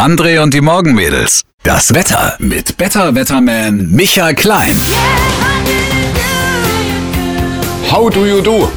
André und die Morgenmädels. Das Wetter mit Better Wetterman Michael Klein. How do you do?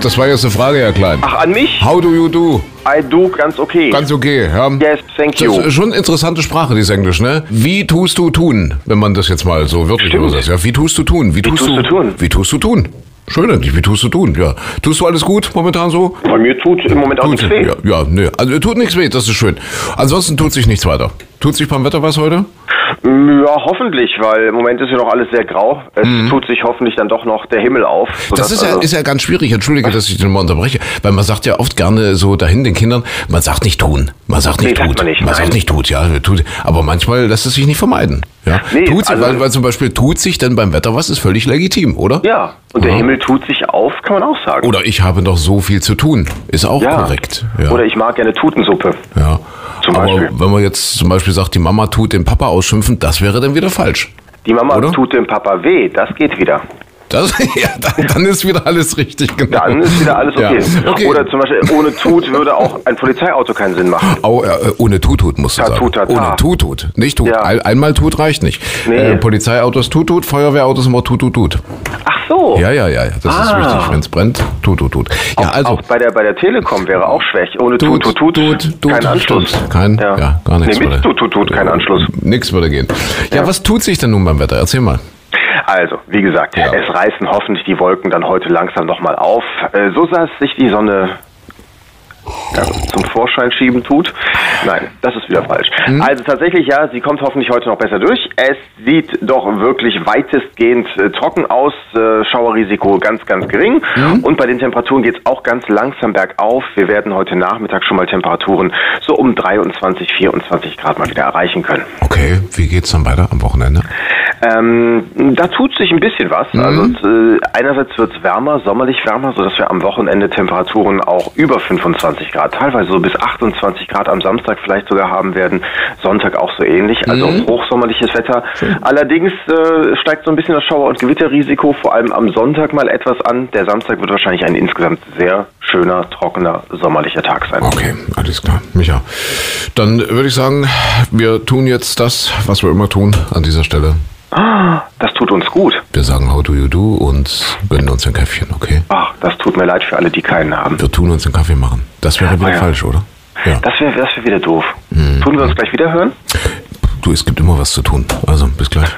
Das war jetzt eine Frage, Herr Klein. Ach, an mich? How do you do? I do ganz okay. Ganz okay, ja. yes, thank Das you. ist schon eine interessante Sprache, dieses Englisch, ne? Wie tust du tun, wenn man das jetzt mal so wirklich Stimmt. übersetzt? Ja, wie tust du tun? Wie tust du tun? Wie tust du tun? Schön, eigentlich. wie tust du tun? Ja. Tust du alles gut momentan so? Bei mir tut im Moment auch Tut- nichts weh. Ja, ja, nee. Also tut nichts weh, das ist schön. Ansonsten tut sich nichts weiter. Tut sich beim Wetter was heute? Mm, Ja, hoffentlich, weil im Moment ist ja noch alles sehr grau. Es tut sich hoffentlich dann doch noch der Himmel auf. Mhm. Das sodass ist ja, also- ist ja ganz schwierig. Entschuldige, dass ich den mal unterbreche, weil man sagt ja oft gerne so dahin den Kindern, man sagt nicht tun, man sagt nicht Nee, sagt tut, man nicht, sagt nein. nicht tut, ja, tut, aber manchmal lässt es sich nicht vermeiden. Ja, Nee, tut sich, also- weil, weil zum Beispiel tut sich denn beim Wetter was, ist völlig legitim, oder? ja, und der Ja. Himmel tut sich auf, kann man auch sagen. Mhm. Oder ich habe noch so viel zu tun, ist auch ja. korrekt. Ja. Oder ich mag gerne Tutensuppe. ja. Zum aber Beispiel. wenn man jetzt zum Beispiel sagt, die Mama tut den Papa ausschimpfen, das wäre dann wieder falsch. Die Mama Oder? tut dem Papa weh, das geht wieder. Das, ja, dann, dann ist wieder alles richtig, genau. Dann ist wieder alles okay. Ja. okay. Oder zum Beispiel ohne Tut würde auch ein Polizeiauto keinen Sinn machen. Au, äh, ohne Tutut musst du sagen. Tatu, tata. Ohne Tutut, nicht Tut. ah. Ja. Ein, einmal Tut reicht nicht. Nee. Äh, Polizeiautos Tutut, Feuerwehrautos immer Tutut. Tut. Ach so. Ja, ja, ja, ja, das ist wichtig. Wenn es brennt, Tutut. Tut. Ja, also Ah. Auch bei der, bei der Telekom wäre auch schwäch. Ohne Tut, Tut, Tut, kein Anschluss. stimmt. Kein, ja. gar nichts. Nee, würde- mit Tut, Tut, Tut, kein Anschluss. Nix würde gehen. Ja, was tut sich denn nun beim Wetter? Erzähl mal. Also, wie gesagt, Ja. es reißen hoffentlich die Wolken dann heute langsam nochmal auf. Äh, So saß sich die Sonne ja, zum Vorschein schieben tut. Nein, das ist wieder falsch. Also tatsächlich, ja, sie kommt hoffentlich heute noch besser durch. Es sieht doch wirklich weitestgehend äh, trocken aus, äh, Schauerrisiko ganz, ganz gering. Und bei den Temperaturen geht es auch ganz langsam bergauf. Wir werden heute Nachmittag schon mal Temperaturen so um 23, 24 Grad mal wieder erreichen können. Okay, wie geht's dann weiter am Wochenende? Ähm, da tut sich ein bisschen was. Also äh, einerseits wird es wärmer, sommerlich wärmer, sodass wir am Wochenende Temperaturen auch über 25 Grad, teilweise so bis 28 Grad am Samstag vielleicht sogar haben werden. Sonntag auch so ähnlich, also hochsommerliches Wetter. Allerdings äh, steigt so ein bisschen das Schauer- und Gewitterrisiko, vor allem am Sonntag mal etwas an. Der Samstag wird wahrscheinlich ein insgesamt sehr schöner, trockener, sommerlicher Tag sein. Okay, alles klar. Micha, dann würde ich sagen, wir tun jetzt das, was wir immer tun an dieser Stelle. Ah, Das tut uns gut. Wir sagen How do you do und gönnen uns ein Käffchen, okay? Ach, das tut mir leid für alle, die keinen haben. Wir tun uns einen Kaffee machen. Das wäre wieder Ah, ja. falsch, oder? Ja. Das wäre das wär wieder doof. Tun wir uns gleich wieder hören? Du, es gibt immer was zu tun. Also, bis gleich.